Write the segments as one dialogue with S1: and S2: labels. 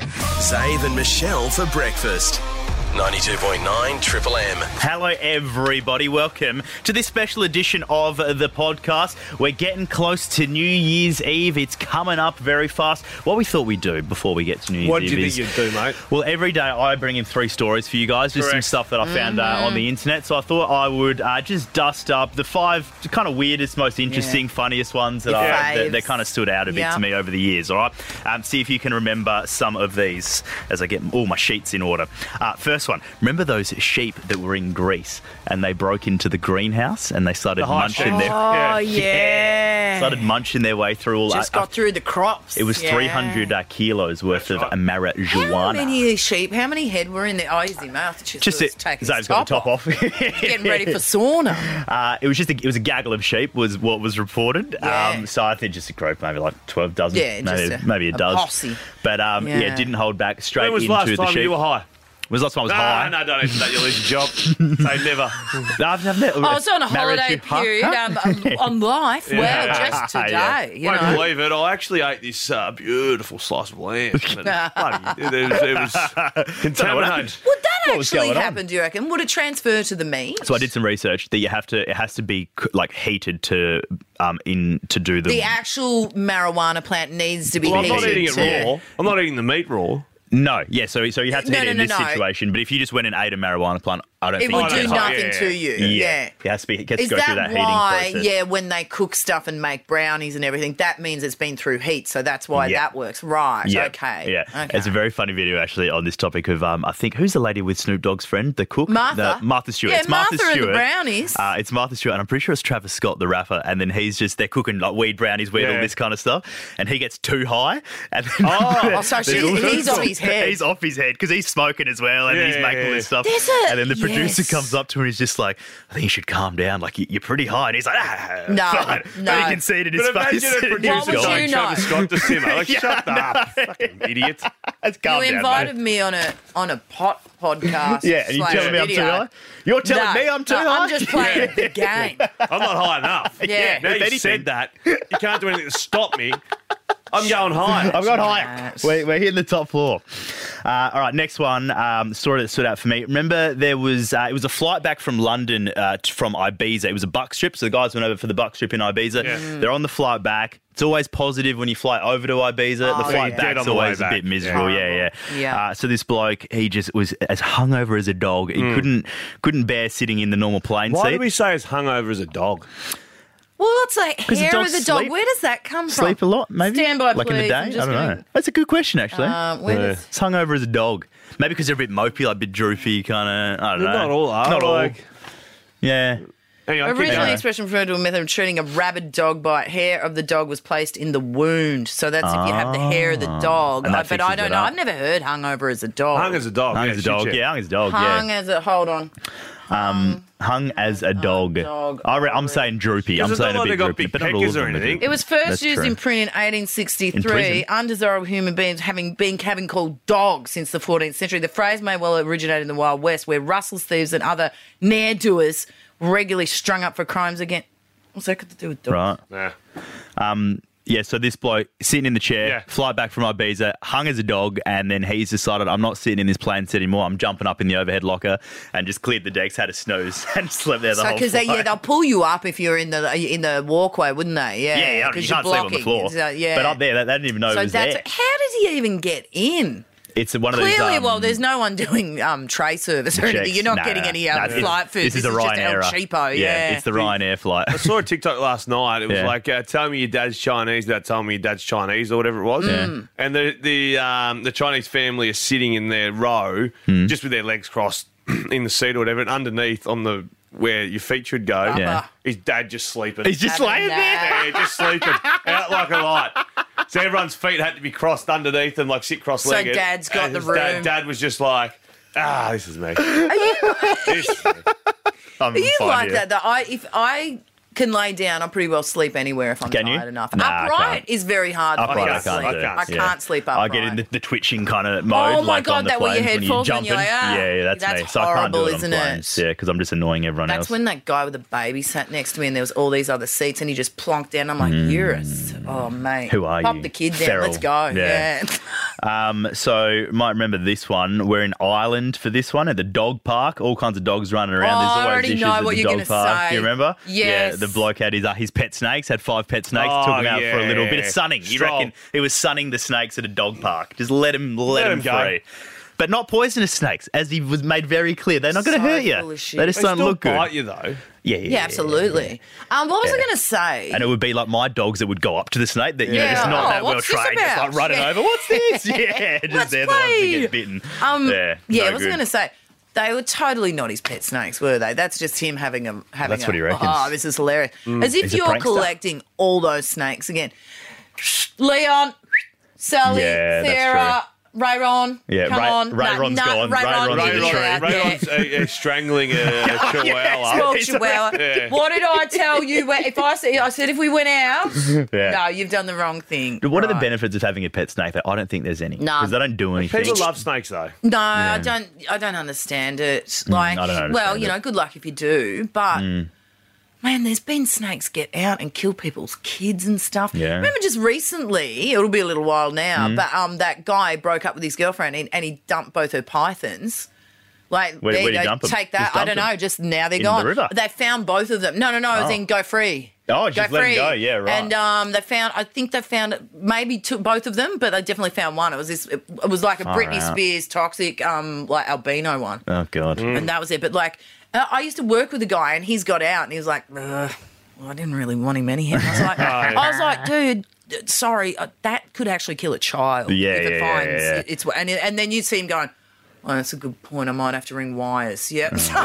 S1: Zave and Michelle for breakfast. 92.9 Triple M.
S2: Hello, everybody. Welcome to this special edition of the podcast. We're getting close to New Year's Eve. It's coming up very fast. What we thought we'd do before we get to New Year's
S3: What do
S2: Eve
S3: you
S2: is-
S3: think you'd do, mate?
S2: Well, every day I bring in three stories for you guys, just some
S3: Correct.
S2: stuff that I found uh,
S4: Mm-hmm.
S2: on the internet. So I thought I would uh, just dust up the five kind of weirdest, most interesting, funniest ones that,
S3: Your
S2: I, that,
S4: faves.
S2: that kind of stood out a bit
S4: Yeah.
S2: to me over the years. All right, um, see if you can remember some of these as I get all my sheets in order. Uh, first one, remember those sheep that were in Greece and they broke into the greenhouse and they started
S3: high
S2: munching
S3: sheep.
S2: their
S4: Oh, yeah.
S2: started munching their way through all.
S4: Just
S2: uh,
S4: got through the crops.
S2: it was
S4: Yeah.
S2: 300 uh, kilos worth of
S3: right.
S2: marijuana.
S4: How many sheep, how many head were in there? Oh, he's in Massachusetts.
S2: Just it.
S4: taking
S2: Zane's
S4: his
S2: got
S4: top
S2: the top off.
S4: Getting ready for sauna.
S2: Uh, it was just a, it was a gaggle of sheep was what was reported.
S4: Yeah.
S2: Um, so I think just a group, maybe like twelve dozen,
S4: Yeah,
S2: maybe,
S4: just a-
S2: maybe a,
S4: a
S2: dozen.
S4: posse.
S2: But um, yeah.
S4: Yeah.
S2: didn't hold back straight
S3: When was
S2: into
S3: last
S2: the
S3: time
S2: sheep.
S3: you were high?
S2: was last time I was high.
S3: Ah, no, don't answer that. You'll lose your job. Say never.
S2: No, I've never.
S4: Oh, I was on a
S2: married
S4: holiday
S2: you, huh?
S4: period um, on life. Well,
S2: Yeah.
S4: just
S2: Yeah.
S4: today, you
S3: Won't
S4: know.
S3: believe it. I actually ate this uh, beautiful slice of lamb. And bloody- it was, it was contaminated.
S4: Would that
S2: was
S4: actually
S2: going on?
S4: happen, do you reckon? Would it transfer to the meat?
S2: So I did some research that you have to. It has to be c- like heated to um in to do the.
S4: The actual marijuana plant needs to be
S3: Well, I'm not
S4: heated
S3: eating it
S4: to-
S3: raw. I'm not eating the meat raw.
S2: no, yeah. So so you have to
S4: No,
S2: heat
S4: no,
S2: it in
S4: no,
S2: this
S4: no.
S2: situation. But if you just went and ate a marijuana plant, I don't
S4: It
S2: think
S4: would
S2: you
S4: do
S2: get
S3: not-
S2: high.
S4: nothing
S3: Yeah.
S4: to you.
S2: Yeah.
S4: yeah.
S2: it has to be. It gets
S4: Is
S2: to go through
S4: that
S2: that
S4: why?
S2: heating process.
S4: Yeah, when they cook stuff and make brownies and everything, that means it's been through heat, so that's why
S2: Yeah.
S4: that works. Right?
S2: Yeah.
S4: Okay.
S2: Yeah.
S4: Okay.
S2: It's a very funny video actually on this topic of um I think who's the lady with Snoop Dogg's friend, the cook?
S4: Martha.
S2: The- Martha Stewart.
S4: Yeah,
S2: it's Martha,
S4: Martha and the
S2: Stewart.
S4: brownies.
S2: Uh, it's Martha Stewart, and I'm pretty sure it's Travis Scott, the rapper, and then he's just they're cooking like weed brownies, weed, all
S3: Yeah.
S2: this kind of stuff. And he gets too high and then
S4: Oh, so
S2: there's
S4: she's-
S2: all sorts
S4: he's on
S2: of-
S4: his head.
S2: He's off his head because he's smoking as well and
S3: Yeah,
S2: he's
S3: yeah,
S2: making all
S3: yeah.
S2: this stuff.
S4: There's a-
S2: and then the producer
S4: yes.
S2: comes up to him and he's just like, I think you should calm down, like you- you're pretty high. And he's like, ah,
S4: No,
S2: fine.
S4: no.
S2: But you can see it in his
S3: But imagine
S2: face.
S3: a
S2: He's
S3: producer
S4: What would
S2: gone.
S4: you
S3: dying Travis Scott to simmer. Like, shut up, fucking idiot.
S2: It's calm
S4: you
S2: down, mate.
S4: invited me on a on a pot podcast.
S2: Yeah, and you
S4: slash
S2: telling me I'm too
S4: video.
S2: high? You're telling
S4: No,
S2: me I'm too
S4: no,
S2: high?
S4: I'm just playing the game.
S3: I'm not high enough.
S4: Yeah.
S3: Now
S2: If
S3: you
S2: anything-
S3: said that, you can't do anything to stop me. I'm going high.
S2: I've got high.
S4: Right.
S2: We're, we're hitting the top floor. Uh, all right, next one. Um, story that stood out for me. Remember, there was uh, it was a flight back from London uh, t- from Ibiza. It was a buck strip, so the guys went over for the buck strip in Ibiza.
S3: Yeah. Mm.
S2: They're on the flight back. It's always positive when you fly over to Ibiza.
S4: Oh,
S2: the flight
S4: yeah.
S3: Dead
S2: back's
S3: on the way
S2: always
S3: back.
S2: a bit miserable. Yeah, yeah.
S4: Yeah.
S2: Uh, so this bloke, he just was as hungover as a dog. He couldn't couldn't bear sitting in the normal plane
S3: Mm. Why
S2: seat.
S3: do we say it's hungover as a dog?
S4: Well, it's like hair
S2: dogs
S4: of the dog.
S2: sleep-
S4: Where does that come from?
S2: Sleep a lot, maybe.
S4: Stand by,
S2: like in the
S4: please.
S2: day. I
S4: I'm
S2: don't
S4: just gonna-
S2: know. That's a good question, actually.
S4: Uh, where
S3: Yeah.
S4: does-
S2: it's hungover as a dog. Maybe because they're a bit mopey, like a bit droopy, kind of. I don't know.
S3: Not all are.
S2: Not all.
S3: Like,
S2: Yeah.
S3: anyway, keep
S4: Originally, the
S3: going.
S4: expression referred to a method of treating a rabid dog bite. Hair of the dog was placed in the wound, so that's if you have the hair of the dog.
S2: Ah. And that
S4: I- but I
S2: fixes it
S4: don't know.
S2: up.
S4: I've never heard hungover as a dog.
S3: Hung as a dog.
S2: Hung
S3: yeah,
S2: as a
S3: shit,
S2: dog.
S3: shit.
S2: Yeah, hung as a dog.
S4: Hung
S2: yeah.
S4: as a hold on.
S2: hung as a dog.
S4: dog.
S2: I re- I'm saying droopy. I'm
S3: Because it's
S2: saying a
S3: not like
S2: bit
S3: they got
S2: droopy,
S3: big
S2: but not all
S3: peckers
S2: of
S3: or
S2: them. I think.
S3: anything.
S4: It was first
S2: That's
S4: used
S2: true.
S4: in print in
S2: In
S4: 1863.
S2: prison.
S4: Undesirable human beings having been having called dogs since the 14th century. The phrase may well originate in the Wild West, where rustlers, thieves, and other ne'er doers regularly strung up for crimes against. What's that got to do with dogs?
S2: Right.
S3: Nah.
S2: Yeah, so this bloke sitting in the chair,
S3: Yeah.
S2: fly back from Ibiza, hung as a dog, and then he's decided, I'm not sitting in this plane set anymore. I'm jumping up in the overhead locker and just cleared the decks, had a snooze, and slept there the
S4: So
S2: whole
S4: because they
S2: flight.
S4: yeah they'll pull you up if you're in the in the walkway, wouldn't they?
S2: Yeah,
S4: Yeah,
S2: yeah, you
S4: 'cause
S2: can't
S4: you're
S2: sleep on the
S4: blocking.
S2: floor.
S4: So, yeah,
S2: But up there, they, they didn't even know it
S4: So
S2: was
S4: that's
S2: there.
S4: how does he even get in?
S2: It's one of those.
S4: Clearly,
S2: um,
S4: well, there's no one doing um, tray service or anything.
S2: checks.
S4: You're not
S2: No,
S4: getting
S2: no,
S4: any
S2: no,
S4: um,
S2: it's-
S4: flight food.
S2: This is a
S4: just El
S2: Ryanair.
S4: Cheapo. Yeah,
S2: it's the Ryanair flight.
S3: I saw a TikTok last night. It was
S2: Yeah.
S3: like, uh, "Tell me your dad's Chinese without telling me your dad's Chinese" or whatever it was.
S4: Mm.
S3: And the the um, the Chinese family is sitting in their row,
S2: Hmm.
S3: just with their legs crossed in the seat or whatever, and underneath on the where your feet should go,
S2: Yeah.
S3: his dad just sleeping.
S2: He's just
S4: Having
S2: laying there.
S4: that.
S3: yeah, just sleeping out like a light. So everyone's feet had to be crossed underneath them, like sit cross-legged.
S4: dad's got
S3: And
S4: the
S3: his dad-
S4: room.
S3: dad was just like, "Ah, this is me." This is me.
S2: I'm
S4: You
S2: fine
S4: like
S2: here.
S4: that? Though I if I can lay down, I pretty well sleep anywhere if I'm
S2: Can you?
S4: tired enough.
S2: Nah, I
S4: upright
S2: can't.
S4: is very hard for me
S2: Upright,
S4: to
S2: I
S4: sleep.
S2: can't. do.
S4: I
S2: Yeah.
S4: can't sleep
S2: I
S4: upright.
S2: get in the, the twitching kind of mode.
S4: my
S2: like
S4: God,
S2: on the
S4: that where your
S2: planes
S4: head
S2: when
S4: falls
S2: you're
S4: and
S2: jumping.
S4: you're like, ah,
S2: yeah, yeah, that's, me.
S4: that's
S2: So I can't do
S4: horrible,
S2: it on
S4: isn't
S2: planes.
S4: it?
S2: Yeah, because I'm just annoying everyone
S4: That's
S2: else.
S4: when that guy with the baby sat next to me, and there was all these other seats, and he just plonked down. I'm like, you're a s- oh mate,
S2: Mm. Who are
S4: Pop
S2: you?
S4: the kid down.
S2: Feral.
S4: Let's go.
S2: Yeah.
S4: Yeah.
S2: Um, so might remember this one. We're in Ireland for this one at the dog park. All kinds of dogs running around.
S4: Oh,
S2: There's
S4: I
S2: always
S4: already
S2: issues
S4: know
S2: at
S4: what
S2: the
S4: you're
S2: dog
S4: gonna
S2: park.
S4: say.
S2: Do you remember?
S4: Yes.
S2: Yeah, the bloke had his, uh, his pet snakes. Had five pet snakes.
S3: Oh,
S2: took them out for a little
S3: yeah.
S2: bit of sunning. You
S3: Stroll.
S2: reckon it was sunning the snakes at a dog park? Just let him let,
S3: Let
S2: him,
S3: him go.
S2: free. But not poisonous snakes, as he was made very clear. They're not going
S4: So
S2: to hurt you.
S4: full of shit.
S2: They just
S3: They
S2: don't
S3: still
S2: look good.
S3: bite you though.
S2: Yeah, yeah,
S4: Yeah, absolutely. Um, what was I going to say?
S2: And it would be like my dogs that would go up to the snake that you know
S4: Yeah.
S2: just not
S4: Oh,
S2: that well
S4: what's this
S2: trained, just
S4: about?
S2: like running
S4: Yeah.
S2: over. What's this? Yeah, just
S4: Let's
S2: they're the ones that
S4: play.
S2: get bitten.
S4: Um,
S2: yeah,
S4: yeah,
S2: no
S4: I was
S2: good.
S4: going to say they were totally not his pet snakes, were they? That's just him having a having.
S2: That's
S4: a,
S2: what he reckons. Mm.
S4: Oh, this is hilarious! As if
S2: He's a
S4: you're
S2: prankster.
S4: collecting all those snakes again. Leon, Sally,
S2: Yeah, that's
S4: Sarah, Rayron.
S2: Yeah,
S4: come
S2: Ray-
S4: on,
S2: Rayron's gone.
S4: Rayron,
S2: Rayron's
S4: get
S2: in
S4: you
S2: the
S4: out.
S2: tree.
S4: Yeah.
S3: Rayon's uh, uh, strangling a chihuahua.
S4: Small
S2: He's a-
S4: chihuahua.
S3: Yeah.
S4: What did I tell you? when- If I said, I said if we went out,
S2: Yeah.
S4: no, you've done the wrong thing.
S2: What are the
S4: Right.
S2: benefits of having a pet snake? That I don't think there's any
S4: Nah.
S2: because they don't do anything.
S3: People love snakes though.
S4: No, I don't. I don't understand it. Like,
S2: Mm, I don't understand
S4: well, you
S2: it. Mm.
S4: know, good luck if you do. But man, there's been snakes get out and kill people's kids and stuff.
S2: Yeah. Mm.
S4: Remember, just recently, it'll be a little while now, but um, that guy broke up with his girlfriend and, and he dumped both her pythons. Like,
S2: Where-
S4: there
S2: where'd
S4: you
S2: he
S4: go.
S2: dump 'em? Just
S4: Take that. I
S2: dump
S4: don't
S2: 'em?
S4: know. Just now they're
S2: In the
S4: gone.
S2: river?
S4: They found both of them. No, no, no.
S2: Oh.
S4: Then go free.
S2: Oh,
S4: go
S2: just let 'em
S4: free.
S2: go. Yeah, right.
S4: And um, they found. I think they found maybe two, both of them, but they definitely found one. It was this. It, it was like a
S2: Far
S4: Britney
S2: out.
S4: Spears toxic, um, like albino one,
S2: Oh god.
S3: Mm.
S4: and that was it. But like, I I used to work with a guy, and he's got out, and he was like, "Ugh, well, I didn't really want him anyhow. I was
S2: Oh,
S4: like, I was like, dude. d- Sorry, uh, that could actually kill a child.
S2: Yeah,
S4: if
S2: yeah,
S4: it
S2: yeah,
S4: finds
S2: yeah, yeah.
S4: It's and and then you see him going. Oh, that's a good point. I might have to ring wires.
S2: Mm.
S4: Yep. So, so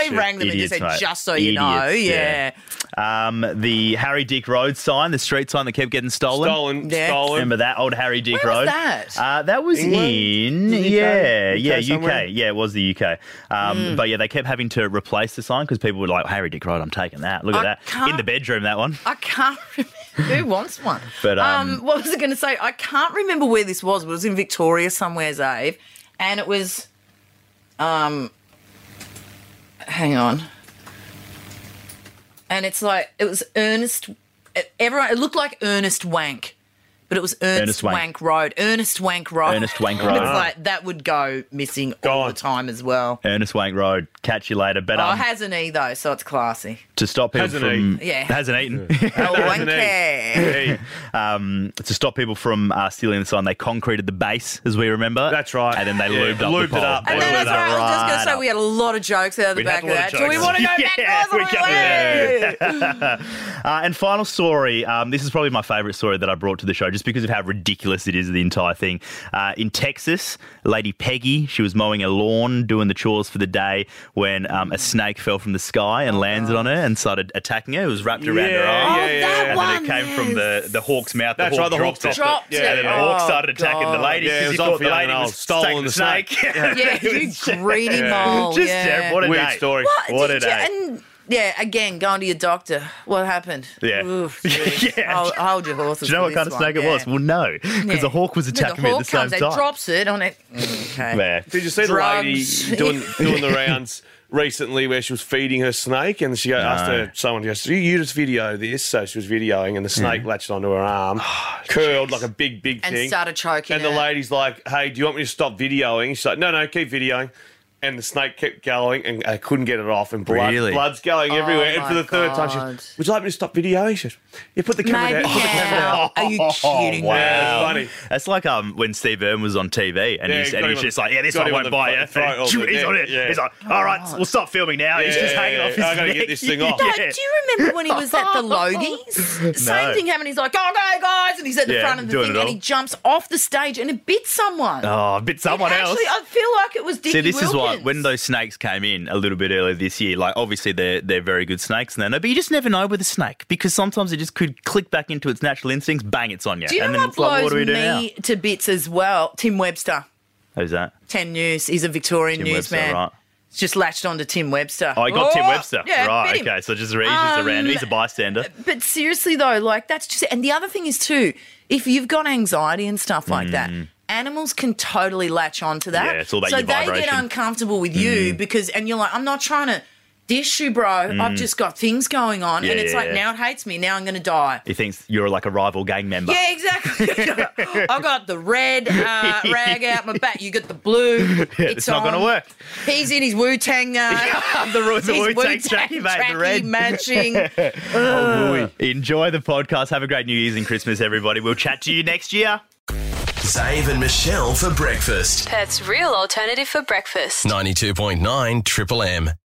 S4: he
S2: shit.
S4: rang them
S2: Idiots,
S4: and just
S2: mate.
S4: said, "Just so you know,
S2: Idiots, yeah.
S4: yeah.
S2: Um, the Harry Dick Road sign, the street sign that kept getting stolen.
S3: Stolen,
S4: Yeah.
S3: stolen.
S2: Remember that old Harry Dick
S4: Where was
S2: Road?
S4: that?
S2: Uh, that was
S3: England?
S2: in
S3: The UK?
S2: yeah,
S3: UK
S2: yeah, UK,
S3: somewhere?
S2: yeah. It was the UK. Um,
S4: Hmm.
S2: But yeah, they kept having to replace the sign because people were like, "Harry Dick Road, I'm taking that. Look at
S4: I
S2: that in
S4: can't-
S2: the bedroom. That one."
S4: I can't remember who wants one.
S2: But, um,
S4: what was I going to say? I can't remember where this was, but it was in Victoria somewhere, Zave, and it was, um, hang on, and it's like it was Ernest. Everyone, it looked like Ernest Wank, but it was Ernest,
S2: Ernest Wank.
S4: Wank. Road. Ernest Wank Road.
S2: Ernest Wank
S4: It's
S2: Road.
S4: like that would go missing all
S3: Gone.
S4: the time as well.
S2: Ernest Wank Road. Catch you later. But
S4: Oh,
S2: um,
S4: it has an E though, so it's classy.
S2: to stop people
S3: Hasn't
S2: from
S4: eaten. Yeah.
S2: hasn't eaten.
S4: Oh,
S3: has an E.
S4: Wanker.
S3: Hey,
S2: um, to stop people from uh, stealing the sign, they concreted the base, as we remember.
S3: That's right.
S2: And then they
S3: Yeah,
S2: lubed up
S3: lubed it
S2: the pole.
S3: up.
S2: They
S4: And then
S2: lubed
S4: that's
S2: it
S4: right. I was just going to
S2: right
S4: say hmm.
S2: up.
S4: we had a lot of jokes out of the
S3: We had
S4: back
S3: a
S4: of
S3: lot of
S4: that. Do we
S3: jokes.
S4: want to go
S2: Yeah,
S4: back, guys? or
S2: we
S4: we
S2: go-
S4: leave?
S2: Uh, and final story. Um, this is probably my favourite story that I brought to the show, just because of how ridiculous it is. The entire thing uh, in Texas, Lady Peggy, she was mowing a lawn, doing the chores for the day, when um, a snake fell from the sky
S4: Oh,
S2: and landed on her and started attacking her. It was wrapped around her
S3: Yeah,
S2: arm,
S3: yeah, yeah.
S4: that
S2: and then it
S4: one
S2: came from the, the hawk's mouth.
S3: That's
S2: the
S3: right,
S2: hawk
S3: the hawk
S2: dropped it.
S4: dropped it.
S2: And then the hawk
S4: Oh,
S2: started attacking the
S4: God.
S2: lady
S3: Yeah, it
S2: because he
S3: was
S2: thought
S3: off
S2: the
S3: young
S2: lady
S3: and old,
S2: was
S3: stolen
S2: taking the
S3: the snake.
S2: snake.
S4: Yeah,
S2: It
S4: you
S2: was just-
S4: greedy mole.
S2: Just
S4: yeah.
S2: terrible. What a
S3: Weird
S2: day.
S3: story.
S4: What?
S2: What a
S4: Did you-
S2: day.
S4: And yeah, again, going to your doctor. What happened?
S2: Yeah.
S4: Oof, gee.
S2: Yeah.
S4: Hold, hold your
S2: Do
S4: horses.
S2: you know what
S4: for
S2: kind of
S4: this
S2: snake
S4: one.
S2: it was?
S4: Yeah.
S2: Well, no, because
S4: Yeah.
S2: the hawk was
S4: The
S2: attacking me at
S4: hawk
S2: the same
S4: comes, it
S2: time.
S4: drops it on it. Mm, Okay.
S2: Yeah.
S3: Did you see the
S4: Drugs.
S3: lady doing doing the rounds recently where she was feeding her snake and she go, asked her someone goes, "You you just video this?" So she was videoing and the snake latched onto her arm, curled like a big big
S4: And
S3: thing,
S4: started choking
S3: And the
S4: it.
S3: lady's like, "Hey, do you want me to stop videoing?" She's like, "No, no, keep videoing." And the snake kept going and I couldn't get it off, and blood,
S2: Really?
S3: blood's going everywhere. And
S4: Oh my
S3: for the third time, she
S4: God.
S3: goes, Would you like me to stop videoing? She goes, You put the camera
S4: Maybe
S3: down. Put the camera down."
S4: now. Are you kidding
S2: wow.
S4: me?
S3: Yeah, it's funny.
S2: That's like um, when Steve Irwin was on TV and
S3: Yeah,
S2: he's,
S3: got
S2: and
S3: him
S2: he's
S3: on
S2: just
S3: the-
S2: like, yeah, this
S3: got
S2: one
S3: him on
S2: won't
S3: the
S2: buy it.
S3: front- front
S2: And
S3: of it,
S2: he's on
S3: yeah,
S2: it.
S3: yeah.
S2: He's like, all right, we'll stop filming now. he's
S3: Yeah,
S2: just
S3: yeah,
S2: hanging
S3: yeah.
S2: off his
S3: I gotta
S2: neck.
S3: get this thing off.
S4: No,
S2: Yeah.
S4: Oh, do you remember when he was at the Logies?
S2: No.
S4: Same thing happened. He's like, okay, guys. And he's at the
S2: Yeah,
S4: front of the
S2: doing
S4: thing
S2: it
S4: and
S2: all.
S4: he jumps off the stage and it bit someone.
S2: Oh, but someone
S4: Actually,
S2: else.
S4: I feel like it was Dickie
S2: See, this is why
S4: Wilkins.
S2: when those snakes came in a little bit earlier this year, like obviously they're they're very good snakes and they know, but you just never know with a snake because sometimes it just could click back into its natural instincts, bang, it's on you,
S4: Do you
S2: and
S4: know
S2: then
S4: what
S2: it's like,
S4: blows
S2: what do we do now?
S4: me to bits as well? Tim Webster,
S2: Who's that?
S4: 10 News. He's a Victorian
S2: Tim Webster,
S4: newsman.
S2: right?
S4: He's Just latched onto Tim Webster.
S2: Oh, I got Tim
S4: Oh,
S2: Webster.
S4: yeah,
S2: right,
S4: bit him.
S2: okay. So just, he's just a random.
S4: Um,
S2: He's a bystander.
S4: But seriously though, like that's just and the other thing is too, if you've got anxiety and stuff like that, animals can totally latch on to that.
S2: Mm. Yeah, it's all about
S4: so
S2: your
S4: they
S2: vibration. Mm.
S4: get uncomfortable with you because and you're like, I'm not trying to dish you, bro. I've just got things going on.
S2: Yeah,
S4: and it's
S2: yeah,
S4: like,
S2: yeah.
S4: now it hates me. Now I'm going to die.
S2: He thinks you're like a rival gang member.
S4: Yeah, exactly. I got the red uh, rag out my back. You got the blue.
S2: it's, not going to
S4: on.
S2: work.
S4: He's in his Wu Tang. Uh,
S2: the rules of
S4: his
S2: Wu-Tang
S4: Wu-Tang
S2: Jackie, mate. The
S4: trackie
S2: red.
S4: matching.
S2: Enjoy the podcast. Have a great New Year's and Christmas, everybody. We'll chat to you next year.
S1: Zave and Michelle for breakfast.
S5: Perth's real alternative for breakfast.
S1: 92.9 Triple M.